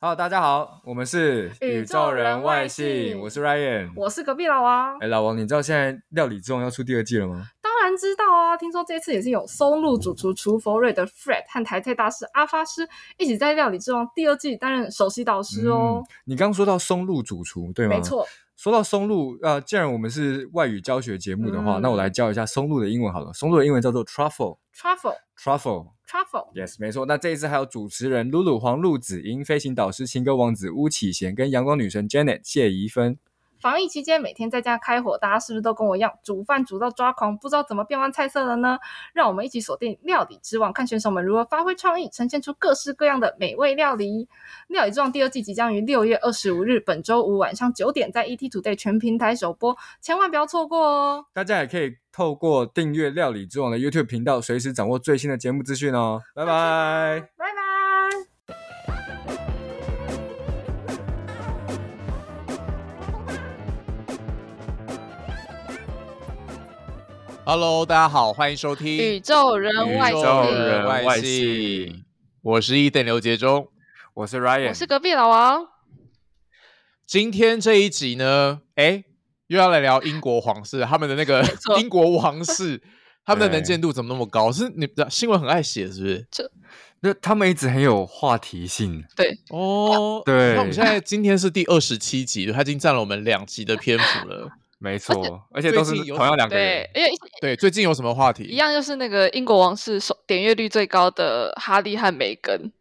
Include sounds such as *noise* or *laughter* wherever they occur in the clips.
Hello，大家好，我们是宇宙人外星我是 Ryan，我是隔壁老王，哎，老王，你知道现在料理之王要出第二季了吗？当然知道啊！听说这次也是有松露主厨厨佛瑞的 Fred 和台菜大师阿发师一起在《料理之王》第二季担任首席导师哦。嗯你刚说到松露主厨，对吗？没。错，说到松露，呃，既然我们是外语教学节目的话，嗯那我来教一下松露的英文好了。松露的英文叫做 truffle，truffle。 truffle truffle， Yes，没错。那这一次还有主持人露露、黄露子、英飞行导师、情歌王子巫启贤跟阳光女神 Janet 谢怡芬。防疫期间每天在家开火，大家是不是都跟我一样煮饭煮到抓狂，不知道怎么变换菜色了呢？让我们一起锁定《料理之王》，看选手们如何发挥创意，呈现出各式各样的美味料理。《料理之王》第二季即将于六月二十五日，本周五晚上九点在 ET Today 全平台首播，千万不要错过哦！大家也可以透过订阅《料理之王》的 YouTube 频道，随时掌握最新的节目资讯哦。拜拜。拜拜。 Hello，大家好，欢迎收听宇宙人外宇星，宙人外外星星我是伊登刘杰忠。我是 Ryan，我是隔壁老王。今天这一集呢，哎，又要来聊英国皇室，他们的那个错英国 *laughs* 王室，他们的对能见度怎么那么高？是你的新闻很爱写，是不是？那他们一直很有话题性，哦，对那我们现在今天是第二十七集，它已经占了我们两集的篇 *laughs* 幅了。没错，而且都是最近有同样两个人对，，因为对，最近有什么话题？一样就是那个英国王室首点阅率最高的哈利和梅根，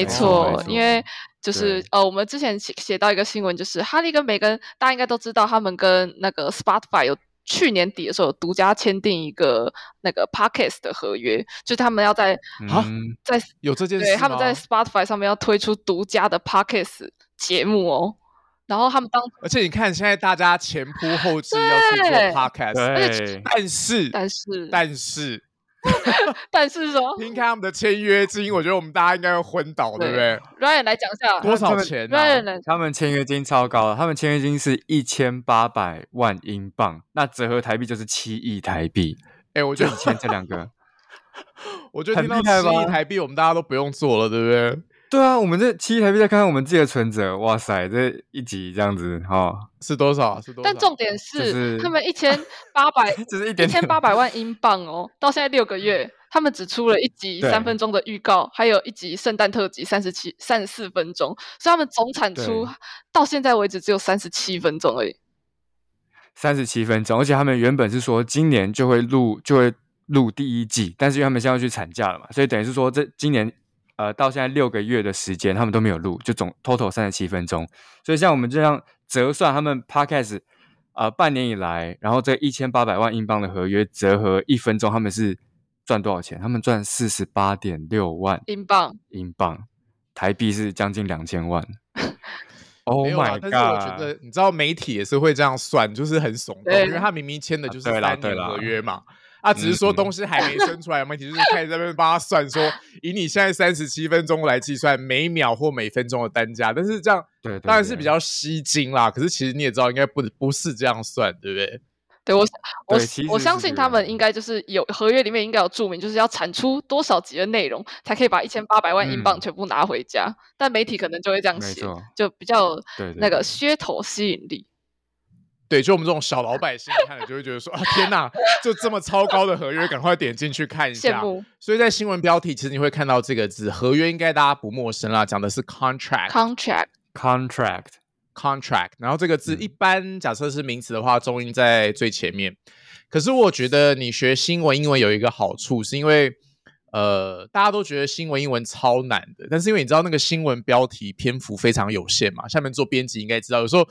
哦没错错，因为就是对呃，我们之前写写到一个新闻，就是哈利跟梅根，大家应该都知道，他们跟那个 Spotify 有去年底的时候有独家签订一个那个 Podcast 的合约，就是他们要在啊嗯，在有这件事对他们在吗 Spotify 上面要推出独家的 Podcast 节目哦，然后他们当而且你看，现在大家前仆后继要去做对 podcast，而对，但是但是但是但是说听看他们的签约金，我觉得我们大家应该会昏倒，对对不对？ Ryan 来讲一下多少钱啊？ ，Ryan 来他们签约金超高，他们签约金是一千八百万英镑，那折合台币就是七亿台币，哎，我就觉以得前这两个。我觉得很听到厉害吧七亿台币，我们大家都不用做了，对不对？对啊，我们这七亿台币再看看我们自己的存折，哇塞，这一集这样子哈、哦，是多少？啊是多少？但重点是，是他们一千八 *laughs* 百只是一一点点嗯千八百万英镑哦，到现在六个月，他们只出了一集对三分钟的预告，还有一集圣诞特辑三十七三十四分钟，所以他们总产出对到现在为止只有三十七分钟而已。三十七分钟，而且他们原本是说今年就会录就会录第一季，但是因为他们现在要去产假了嘛，所以等于是说这今年呃到现在六个月的时间他们都没有录，就总 total 三十七分钟，所以像我们这样折算他们 podcast 呃半年以来，然后这一千八百万英镑的合约折合一分钟，他们是赚多少钱？他们赚四十八点六万英镑，英镑，台币是将近两千万。Oh *laughs* 没有啦 my 但是我觉 god！得，你知道媒体也是会这样算，就是很耸动，对因为他明明签的就是啊对啦三对年啦合约嘛，啊，只是说东西还没生出来，媒体就是开始在那边帮他算说，以你现在三十七分钟来计算每秒或每分钟的单价，但是这样对，对当然是对比较吸睛啦。可是其实你也知道，应该不不是这样算，对不对？对我我对其实我是相这信个他们样应该就是有合约里面应该有注明，就是要产出多少集的内容才可以把一千八百万英嗯镑全部拿回家，但媒体可能就会这样没写错，就比较有对对那个对噱头吸引力。对，就我们这种小老百姓看了就会觉得说啊，天哪，就这么超高的合约，赶快点进去看一羡下。慕所以在新闻标题，其实你会看到这个字，合约应该大家不陌生啦，讲的是哎 contract。 contract contract。 contract，然后这个字嗯一般假设是名词的话，中音在最前面。可是我觉得你学新闻英文有一个好处，是因为呃，大家都觉得新闻英文超难的，但是因为你知道那个新闻标题篇幅非常有限嘛，下面做编辑应该知道，有时候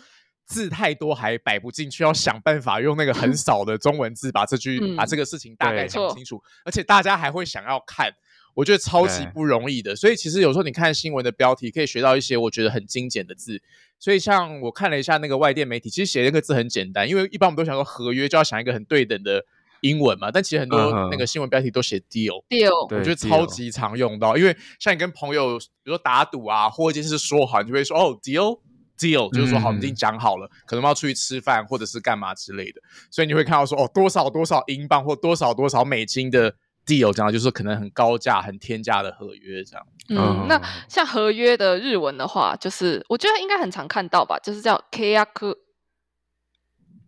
字太多还摆不进去，要想办法用那个很少的中文字把这句、嗯把这个事情大概对讲错清楚，而且大家还会想要看。我觉得超级对不容易的。所以其实有时候你看新闻的标题，可以学到一些我觉得很精简的字。所以像我看了一下那个外电媒体，其实写那个字很简单，因为一般我们都想说合约就要想一个很对等的英文嘛，但其实很嗯多哼那个新闻标题都写 deal。 deal，对我觉得 deal 超级常用到，因为像你跟朋友，比如说打赌啊，或者是说好，你就会说哦，deal deal，就是说好，我嗯们已经讲好了，可能我们要出去吃饭或者是干嘛之类的，所以你会看到说哦，多少多少英镑或多少多少美金的 deal，这样就是可能很高价、很天价的合约这样。哦嗯，那像合约的日文的话，就是我觉得应该很常看到吧，就是叫 k a k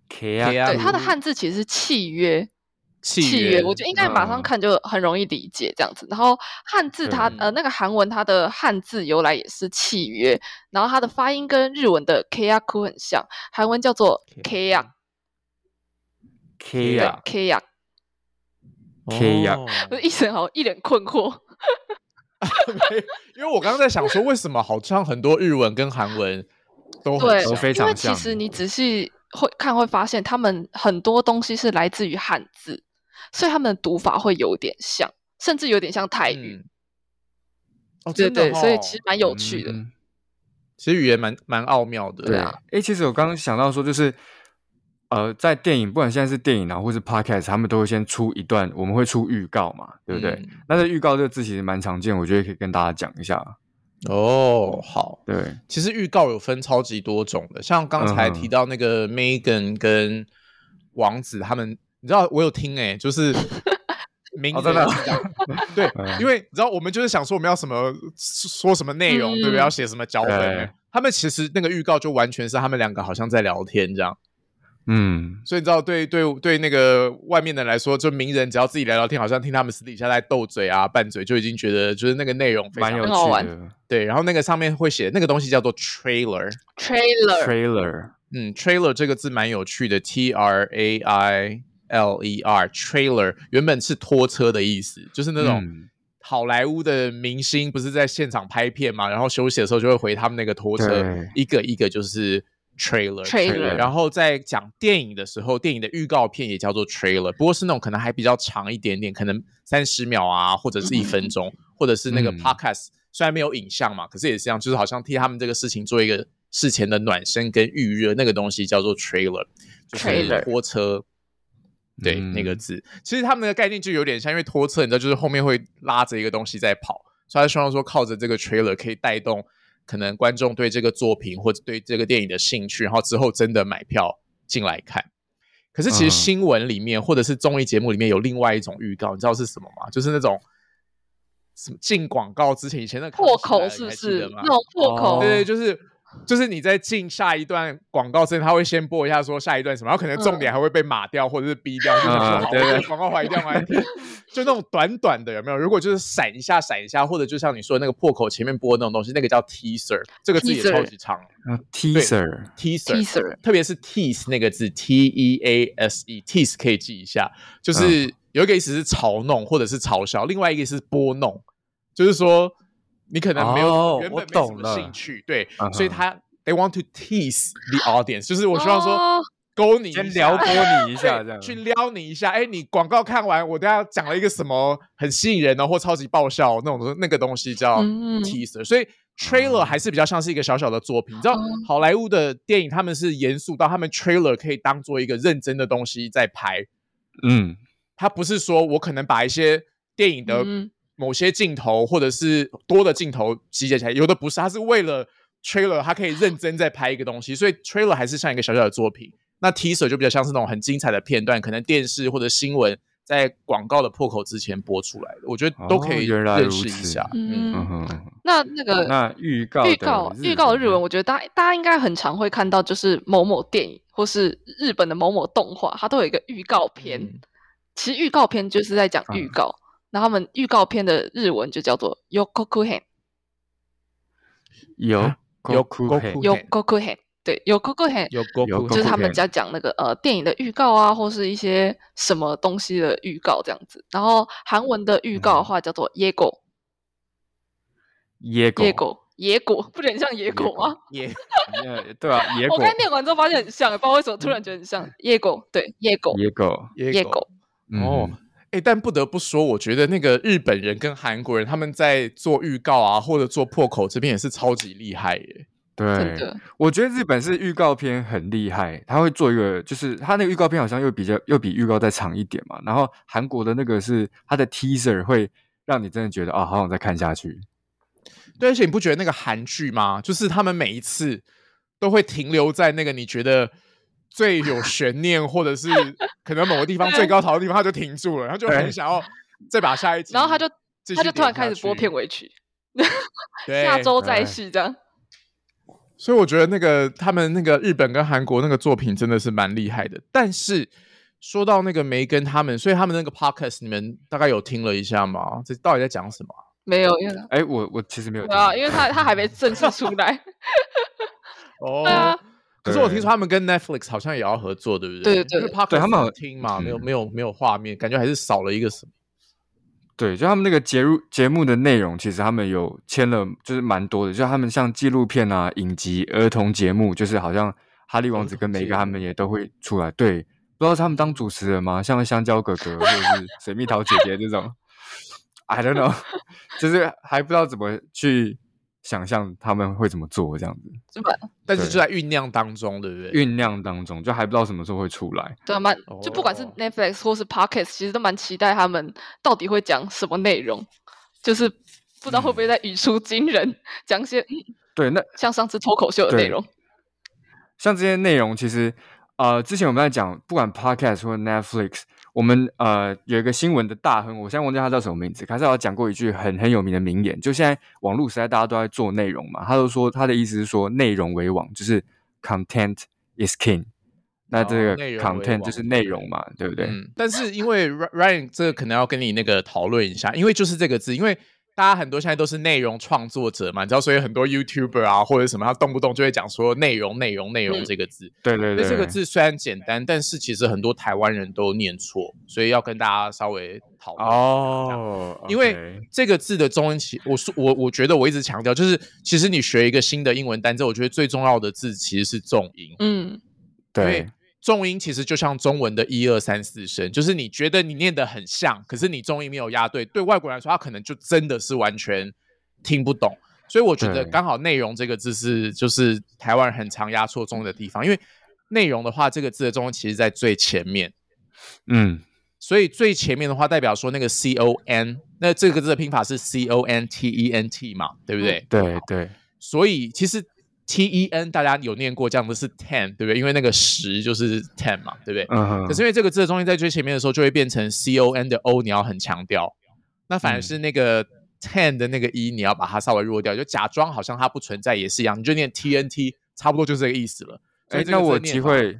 K 对啊，对，它的汉字其实是契约，契我觉得应该马上嗯看就很容易理解这样子。然后汉字它对呃那个韩文它的汉字由来也是契约，然后它的发音跟日文的 k a k 很像，韩文叫做 k a K 嗯啊， k a 契约哦一声好像一脸困惑。因为我刚刚在想说，为什么好像很多日文跟韩文都很对，都像非因为常其像实你仔细会看会发现，他们很多东西是来自于汉字，所以他们的读法会有点像，甚至有点像泰语。嗯哦，对真的对，所以哦其实蛮有趣的。嗯其实语言蛮蛮奥妙的，对啊。哎、其实我刚刚想到说，就是呃，在电影，不管现在是电影啊，或是 podcast，他们都会先出一段，我们会出预告嘛，对不对？嗯那这预告这个字其实蛮常见，我觉得可以跟大家讲一下。哦，好，对，其实预告有分超级多种的，像刚才嗯哼提到那个 Megan 跟王子他们，你知道我有听哎、就是 *laughs* 名哦字真的嗯是这样 *laughs* 对，因为你知道我们就是想说我们要什么说什么内容，对不对？嗯要写什么脚对本。欸他们其实那个预告就完全是他们两个好像在聊天这样，嗯，所以你知道对对对那个外面的人来说，就名人只要自己聊聊天，好像听他们私底下在斗嘴啊、拌嘴，就已经觉得就是那个内容非常蛮有很好趣玩的。对，然后那个上面会写那个东西叫做 trailer， Trailer， Trailer，嗯，trailer 这个字蛮有趣的，t r a i l e r，trailer 原本是拖车的意思，就是那种嗯好莱坞的明星不是在现场拍片嘛，然后休息的时候就会回他们那个拖车对，一个一个就是 trailer Trailer 然后在讲电影的时候，电影的预告片也叫做 trailer，不过是那种可能还比较长一点点，可能三十秒啊，或者是一分钟，或者是那个嗯 podcast，、虽然没有影像嘛，可是也是这样，就是好像替他们这个事情做一个事前的暖身跟预热，那个东西叫做 trailer，就是 Trailer 拖车。对，嗯那个字，其实他们的概念就有点像，因为拖车，你知道，就是后面会拉着一个东西在跑，所以他希望说靠着这个 trailer 可以带动可能观众对这个作品或者对这个电影的兴趣，然后之后真的买票进来看。可是其实嗯新闻里面、或者是综艺节目里面有另外一种预告，你知道是什么吗？就是那种什么进广告之前，以前的破口是不是？那种破哦口，对对，就是就是你在进下一段广告之前，他会先播一下说下一段什么，然后可能重点还会被码掉或者是逼掉，就想说嗯好对对这 *laughs* 个广告坏掉吗？就那种短短的有没有？如果就是闪一下闪一下，或者就像你说的那个破口前面播的那种东西，那个叫 teaser，这个字也 Teaser 超级长啊，Teaser， ，teaser。 teaser，特别是 tease 那个字，t e a s e，tease 可以记一下，嗯就是有一个意思是嘲弄或者是嘲笑，另外一个是拨弄，就是说你可能没有、哦原我本没什懂么了兴趣，对嗯哼所以他 they want to tease the audience，就是我希望说哦勾你一下先撩拨你一下，对这样去撩你一下，哎，你广告看完，我等下讲了一个什么很吸引人哦，或超级爆笑哦那种那个东西叫嗯 teaser，、所以 trailer 还是比较像是一个小小的作品。你知道哦好莱坞的电影他们是严肃到他们 trailer 可以当做一个认真的东西在拍，嗯，它不是说我可能把一些电影的嗯某些镜头或者是多的镜头集结起来，有的不是，它是为了 trailer，它可以认真在拍一个东西，所以 trailer 还是像一个小小的作品。那 teaser 就比较像是那种很精彩的片段，可能电视或者新闻在广告的破口之前播出来的，我觉得都可哦以原来如认此识一下。嗯嗯哼，那那个那预告预的告日预告的文日文，我觉得大家大家应该很常会看到，就是某某电影或是日本的某某动画，它都有一个预告片。嗯其实预告片就是在讲嗯预告，然后他们预告片的日文就叫做 yokokuhen 有啊有 Goku- Gokuhen yokokuhen，对 yokokuhen 有 g o 有 Goku- 就是他们 Gokuhen 在讲那个呃电影的预告啊，或是一些什么东西的预告这样子。然后韩文的预嗯告的话叫做野狗野狗野，狗野狗，不是很像野狗野狗吗？也呃对啊，野 *laughs* 我狗，嗯刚才念完之后发现很像，不知道为什么突然觉得很像野狗，对野狗野狗，也野狗。嗯哦，哎、但不得不说，我觉得那个日本人跟韩国人他们在做预告啊，或者做破口这边也是超级厉害耶。真对，的，我觉得日本是预告片很厉害，他会做一个，就是他那个预告片好像又比较又比预告再长一点嘛。然后韩国的那个是他的 teaser 会让你真的觉得啊、好想再看下去。对，而且你不觉得那个韩剧吗？就是他们每一次都会停留在那个你觉得最有悬念，或者是可能某个地方最高潮的地方，他就停住了，然后就很对想要再把下一集，然后他就继他续就突然点开下始播去片尾曲，对下周再对续这样。所以我觉得那个他们那个日本跟韩国那个作品真的是蛮厉害的。但是说到那个梅根他们，所以他们那个 podcast 你们大概有听了一下吗？这到底在讲什么啊？没有，因为哎，我我其实没有对啊，听因为他他还没正式出来。 *laughs* 哦对啊，可是我听说他们跟 Netflix 好像也要合作，对不对对对因为 podcast 对他们有很听嘛，嗯没有没有没有画面，感觉还是少了一个什么。对，就他们那个节目节目的内容，其实他们有签了，就是蛮多的，就他们像纪录片啊、影集、儿童节目，就是好像哈利王子跟梅节根他目们也都会出来。对，不知道是他们当主持人吗？像香蕉哥哥或者是水蜜桃姐姐这种，I don't know，就是还不知道怎么去想象他们会怎么做这样子，但是对就在酝酿当中，对不对？酝酿当中，就还不知道什么时候会出来。对啊，蛮就不管是哦 Netflix 或是 Podcast，其实都蛮期待他们到底会讲什么内容，就是不知道嗯会不会在语出惊人，讲一些嗯对，那像上次脱口秀的内对容。像这些内容，其实呃，之前我们在讲，不管 podcast 或 Netflix，我们呃有一个新闻的大亨，我现在忘记他叫什么名字，卡塞尔讲过一句很很有名的名言，就现在网络时代大家都在做内容嘛，他就说他的意思是说内容为王，就是 content is king。那这个哦内容为 content 就是王内容嘛，对不对？嗯，但是因为 Ry- Ryan 这个可能要跟你那个讨论一下，因为就是这个字，因为大家很多现在都是内容创作者嘛，你知道，所以很多 YouTuber 啊或者什么，他动不动就会讲说内容、内容、内容嗯这个字。对对那对，这个字虽然简单，但是其实很多台湾人都念错，所以要跟大家稍微讨论。哦，因为 OK 这个字的中文其我说我我觉得我一直强调，就是其实你学一个新的英文单词，我觉得最重要的字其实是重音。嗯，对，重音其实就像中文的一二三四声，就是你觉得你念得很像，可是你重音没有押对，对外国人来说，他可能就真的是完全听不懂。所以我觉得对刚好内容这个字是就是台湾人很常压错中文的地方，因为内容的话，这个字的中文其实在最前面，嗯，所以最前面的话代表说那个 C O N，那这个字的拼法是 C O N T E N T 嘛，对不对？对对所以其实 T E N 大家有念过这样的是 ten，对不对？因为那个十就是 ten 嘛，对不对？嗯哼，可是因为这个字的中间在最前面的时候，就会变成 C O N 的 O，你要很强调。那反嗯而是那个 ten 的那个 E，你要把它稍微弱掉，就假装好像它不存在也是一样，你就念 T N T，差不多就是这个意思了。所哎以，这个那我有字机念法，会，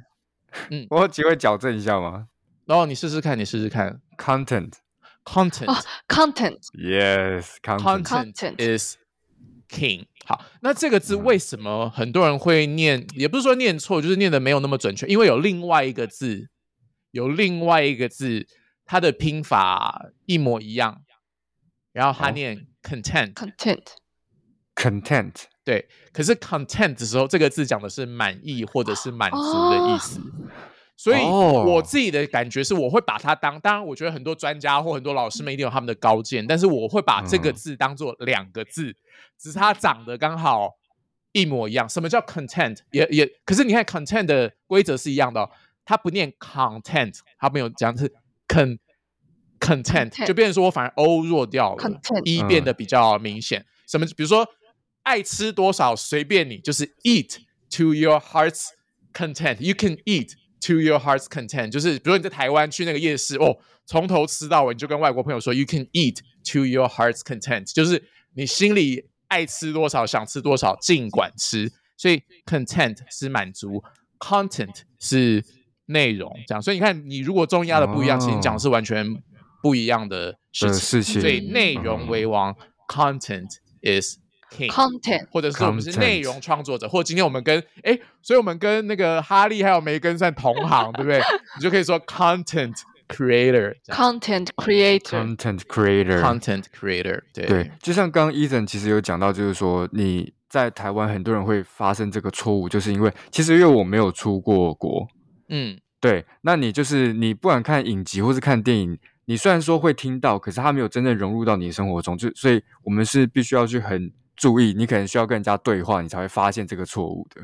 嗯我有机会矫正一下吗然后你试试看，你试试看？Content。哦，content，content、 ，content Yes, content. Content is king。好，那这个字为什么很多人会念？也不是说念错，就是念的没有那么准确，因为有另外一个字，有另外一个字，它的拼法一模一样，然后它哦念 content，、 content， content 对。可是 content 的时候，这个字讲的是满意或者是满足的意思。所以哦我自己的感觉是，我会把它当，当然我觉得很多专家或很多老师们一定有他们的高见，但是我会把这个嗯字当做两个字，只是它长得刚好一模一样。什么叫 content？也也，可是你看 content 的规则是一样的、哦，它不念 content，它没有讲是 con content， Content 就变成说我反而 o 弱掉了 Content e 嗯变得比较明显。什么？比如说爱吃多少随便你，就是 eat to your heart's content。You can eat to your heart's content，就是比如说你在台湾去那个夜市哦，从头吃到尾，你就跟外国朋友说 you can eat to your heart's content，就是你心里爱吃多少，想吃多少，尽管吃。所以 content 是满足，content 是内容，这样。所以你看，你如果中压的不一样，其实你讲的是完全不一样的事的情。嗯事情，所以内嗯容为王、c o n t e n t is king。 content，或者是我们是 Content 内容创作者，或者今天我们跟哎，所以我们跟那个哈利还有梅根算同行，对不对？你就可以说 content creator 这样 content creator， content creator。 content creator，对对，就像刚刚 Ethan 其实有讲到，就是说你在台湾很多人会发生这个错误，就是因为其实因为我没有出过国，嗯，对，那你就是你不管看影集或是看电影，你虽然说会听到，可是它没有真正融入到你的生活中，就所以我们是必须要去很注意，你可能需要跟人家对话，你才会发现这个错误的。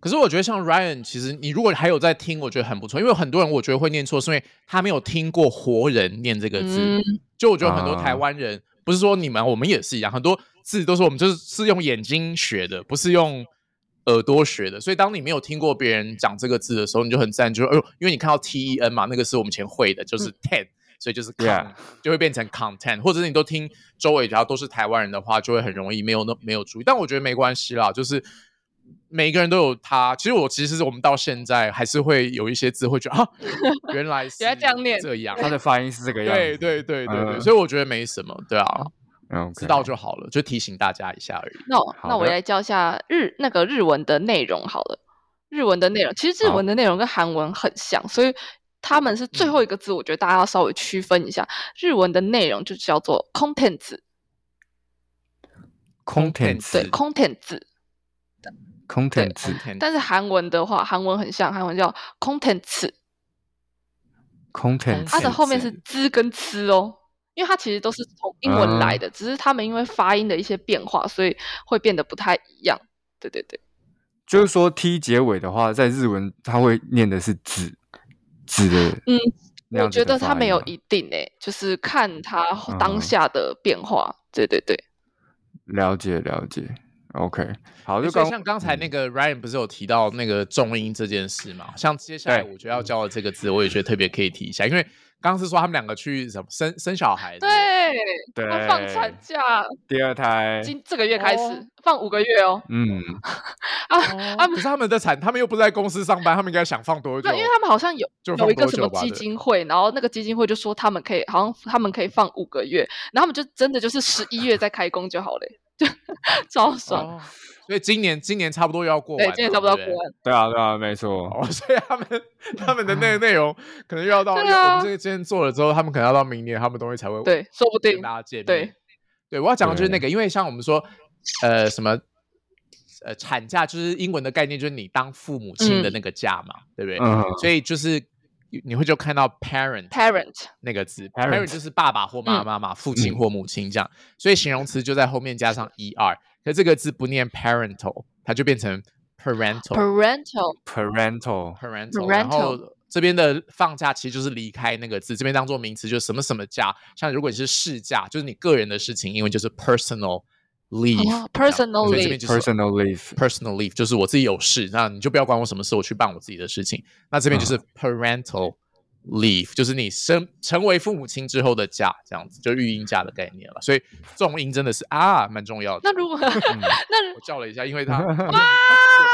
可是我觉得像 Ryan，其实你如果还有在听，我觉得很不错，因为很多人我觉得会念错，是因为他没有听过活人念这个字。嗯，就我觉得很多啊台湾人，不是说你们，我们也是一样，很多字都是我们就是是用眼睛学的，不是用耳朵学的。所以当你没有听过别人讲这个字的时候，你就很自然就说，哎呦，因为你看到 T E N 嘛，那个是我们以前会的，就是嗯 ten，、所以就是 con，、 Yeah 就会变成 content，或者是你都听周围只要都是台湾人的话，就会很容易没有那没有注意。但我觉得没关系啦，就是。每个人都有他，其实我其实我们到现在还是会有一些字会觉得啊，原来 *laughs* 是原来这样念这样，它的发音是这个样子。对对对对对，嗯所以我觉得没什么，对啊，嗯，OK，知道就好了，就提醒大家一下而已。那我好那我的来教一下日那个日文的内容好了。日文的内容其实日好嗯文的内容跟韩文很像，所以他们是最后一个字，我觉得大家要稍微区分一下。日文的内容就叫做 contents，对 contents contents， contents 但是韩文的话，韩文很像，韩文叫 contents，它 contents 的后面是之跟吃哦。因为它其实都是从英文嗯来的，只是他们因为发音的一些变化，所以会变得不太一样。对对对，就是说 t 结尾的话，在日文它会念的是子子的，嗯，那样我觉子的得发它没有音一定诶、就是看它嗯当下的变化。对对对，了解了解，OK，好，就所刚以像刚才那嗯个 Ryan 不是有提到那个重音这件事嘛？像接下来对我觉得要教的这个字，我也觉得特别可以提一下，因为刚刚是说他们两个去什么生生小孩，不对，对他放产假，第二胎，今这个月开始、哦放五个月哦。嗯，啊，哦他可们是他们的产，他们又不是在公司上班，他们应该想放多久？对，因为他们好像有就放有一个多什久么吧基对金会，然后那个基金会就说他们可以，好像他们可以放五个月，然后他们就真的就是十一月再开工就好了欸，就 *laughs* 超爽。哦所以今年今年差不多又要过完对了，，今年差不多对过对完，对啊对啊，没错，哦，所以他们他们的内内容可能又要到对因为我啊们这个今天做了之后，他们可能要到明年，他们东西才会对，说不定跟大家见面。对，对，我要讲的就是那个，因为像我们说，呃，什么，呃，产假就是英文的概念，就是你当父母亲的嗯那个假嘛，对不对？嗯，所以就是你会就看到 parent parent 那个字 Parent 嗯，parent 就是爸爸或嗯妈妈嘛，父亲或母亲这样，所以形容词就在后面加上 er，可这个字不念 parental，它就变成 parental parental 哦 parental parental，然后。这边的放假其实就是离开那个字，这边当做名词，就什么什么假。像如果你是事假，就是你个人的事情，英文就是 personal leave 这样、哦，personal 所以这 leave 边就是 personal leave， personal leave 就是我自己有事，那你就不要管我什么事，我去办我自己的事情。那这边就是 parental leave，就是你生成为父母亲之后的假，这样子就育婴假的概念了。所以重音真的是啊，蛮重要的那。如果 *laughs* 嗯 *laughs* 那我叫了一下，因为他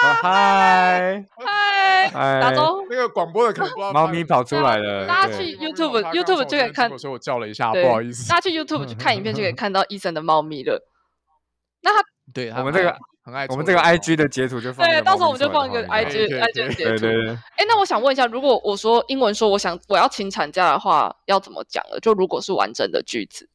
嗨嗨，嗨，啊打招呼，那个广播的可能不知道哦猫咪跑出来了，大家对去 YouTube YouTube 就可以看所以我叫了一下，对不好意 *laughs* 思大。家去 YouTube 去看影片就可以看到医生的猫咪了。对，我们这个很爱我们这个 IG 的截图就放那对，个到时候我猫们咪就出来放的一画面，个面 IG 对 IG 的截对对图。对，哎，那我想问一下，如果我说英文说我想我要请产假的话，要怎么讲了？就如果是完整的句子，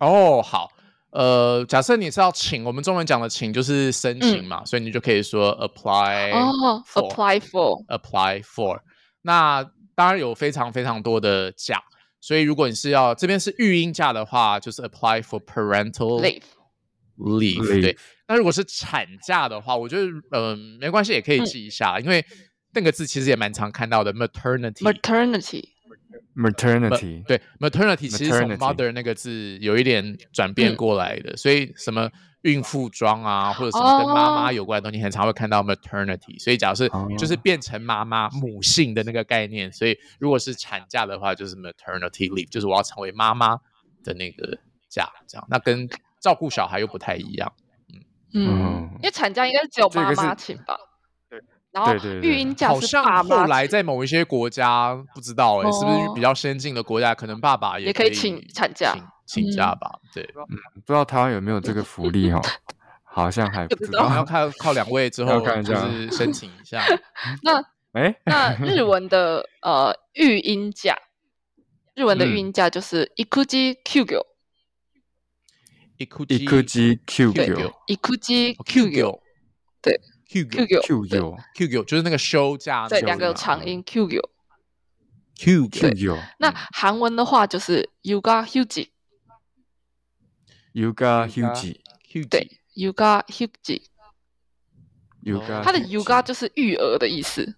哦，好，呃，假设你是要请，我们中文讲的请就是嗯申请嘛，所以你就可以说哎 apply 哦 for ，apply for， apply for。那当然有非常非常多的假，所以如果你是要这边是育婴假的话，就是 apply for parental leave， leave。 Leave 对，那如果是产假的话，我觉得嗯、呃没关系，也可以嗯记一下，因为那个字其实也蛮常看到的 maternity。 maternity， Ma- maternity 对 maternity 其实从 Maternity mother 那个字有一点转变嗯过来的，所以什么孕妇装啊，或者什么跟哦妈妈有关的东西，很常会看到 maternity。所以假如是哦就是变成妈妈母性的那个概念，所以如果是产假的话，就是 maternity leave，就是我要成为妈妈的那个假，这样那跟照顾小孩又不太一样。嗯，嗯因为产假应该是只有这妈个妈是请吧？然后对对对育婴假是好爸像妈后来请在某一些国家，不知道哎、是不是哦比较先进的国家，可能爸爸也可可以以请产假嗯请请假吧？对。不知道台湾有没有这个福利 *laughs* 哈，好像还不知我们道，要靠靠两位之要后看一就下是申请一下。那哎，那日文的呃育婴假，日文的育嗯婴假就是 ikuji kyugyo。 ikuji qq Q ikuji 哦 Q 对 Q kyugyo qq Q 就是那个休假，对那个两个有嘛嗯长音 kyugyo Q 就有嗯那韩文的话就是 Yuga Huji， Yuga Yuga Huji Q 对 Yuga Huji， Yuga，哦它的 Huji Yuga 就是育儿的意思。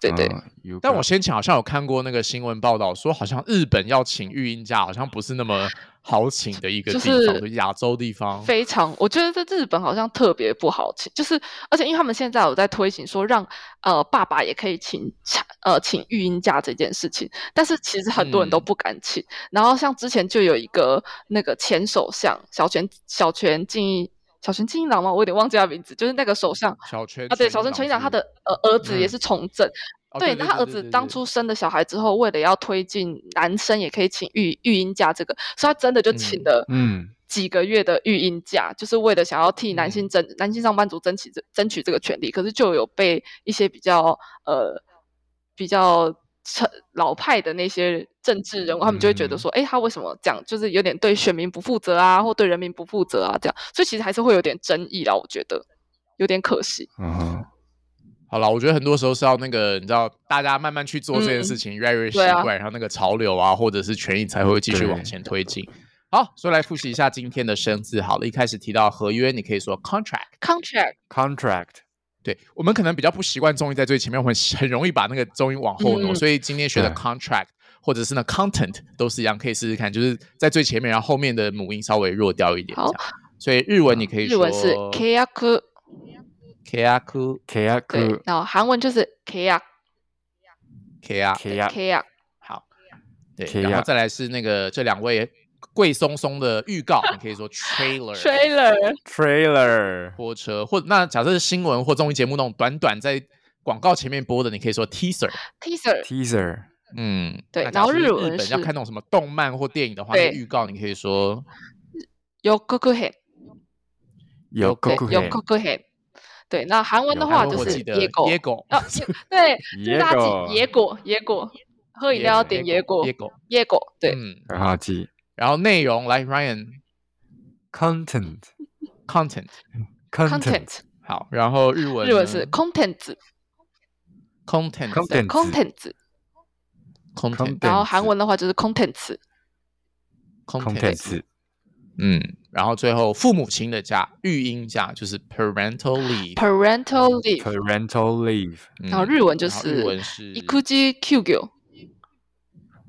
对对，嗯，Yuga 但我先前好像有看过那个新闻报道，说好像日本要请育婴假，好像不是那么好请的一个地就方，是就亚洲地方。非常，我觉得在日本好像特别不好请，就是而且因为他们现在有在推行说让呃爸爸也可以请产呃请育婴假这件事情，但是其实很多人都嗯不敢请。然后像之前就有一个那个前首相小泉小泉进一小泉进一郎吗？我有点忘记他名字，就是那个首相小泉啊，对，纯小一泉郎纯一郎是他的呃儿子也嗯是从政。哦对，对，那对他对儿对子对当对初生了小孩之后，为了要推进男生也可以请育育婴假这个，所以他真的就请嗯了嗯几个月的育婴假，就是为了想要替男性嗯争、男性上班族争取这争取这个权利。可是就有被一些比较呃比较成老派的那些政治人物，他们就会觉得嗯说，哎、他为什么这样，就是有点对选民不负责啊，或对人民不负责啊，这样，所以其实还是会有点争议啦，我觉得有点可惜。嗯哼好了，我觉得很多时候是要那个，你知道，大家慢慢去做这件嗯事情，越来越习对啊惯，然后那个潮流啊，或者是权益才会继续往对前推进。好，所以来复习一下今天的生字。好了，一开始提到合约，你可以说 contract。 contract ，contract 对我们可能比较不习惯中音在最前面，我们 *laughs* 很容易把那个中音往后挪，嗯所以今天学的对 contract 或者是呢 content 都是一样，可以试试看，就是在最前面，然后后面的母音稍微弱掉一点。好，所以日文你可以日说文是 k a k k a ku kayak 嗯对，然后韩文就是 k a k a kayak k a 好，对，可以然后啊再来是那个这两位贵松松的预告，你可 *laughs* 以说 trailer trailer trailer 拖车，或那假设是新闻或综艺节目那种短短在广告前面播的，你可以说 teaser。 teaser teaser 嗯，对那然后假设日文日本是要看那种什么动漫或电影的话，那对个预告你可以说有 g o g o h e 有对 coco 有 g o g o h e 对，那韩文的有话韩文就我是记得野狗，野狗，啊，野对，就是大家野记野果，野果，喝饮料要点野果野，狗，野果，对，嗯，很好记然后内容来 Ryan content content content ，content，好，然后日文日文是呢 content， content content content， content 然后 content 韩文的话就是 content， content content 嗯，然后最后父母亲的假、育婴假就是 parental leave，、 parental leave， parental leave 嗯然后日文就然后日是文是 ikuji kyugyo，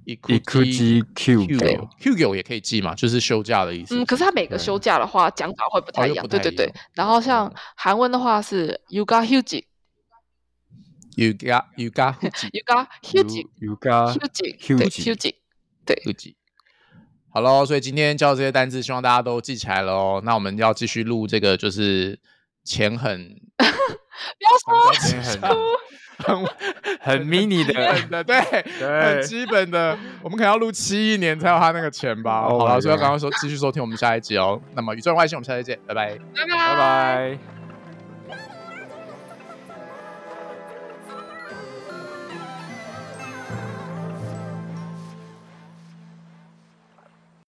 ikuji q Hugo Hugo 也可以记嘛，就是休假的意思。嗯，可是它每个休假的话讲法会不太又一不样，对太对一对样。然后像嗯韩文的话是 yuga huji，yuga you got you got who j huji yuga huji 对 huji huji。 u j 好喽，所以今天教这些单字，希望大家都记起来喽。那我们要继续录这个，就是前很不要说前很很很 mini *laughs* 的很的，对，很对基本的。我们可能要录七亿年才有他那个钱吧。 Oh 好了， my 所以要 God 赶快收，继续收听我们下一集哦。那么宇宙人外星，我们下一集见，拜拜。拜拜拜。拜。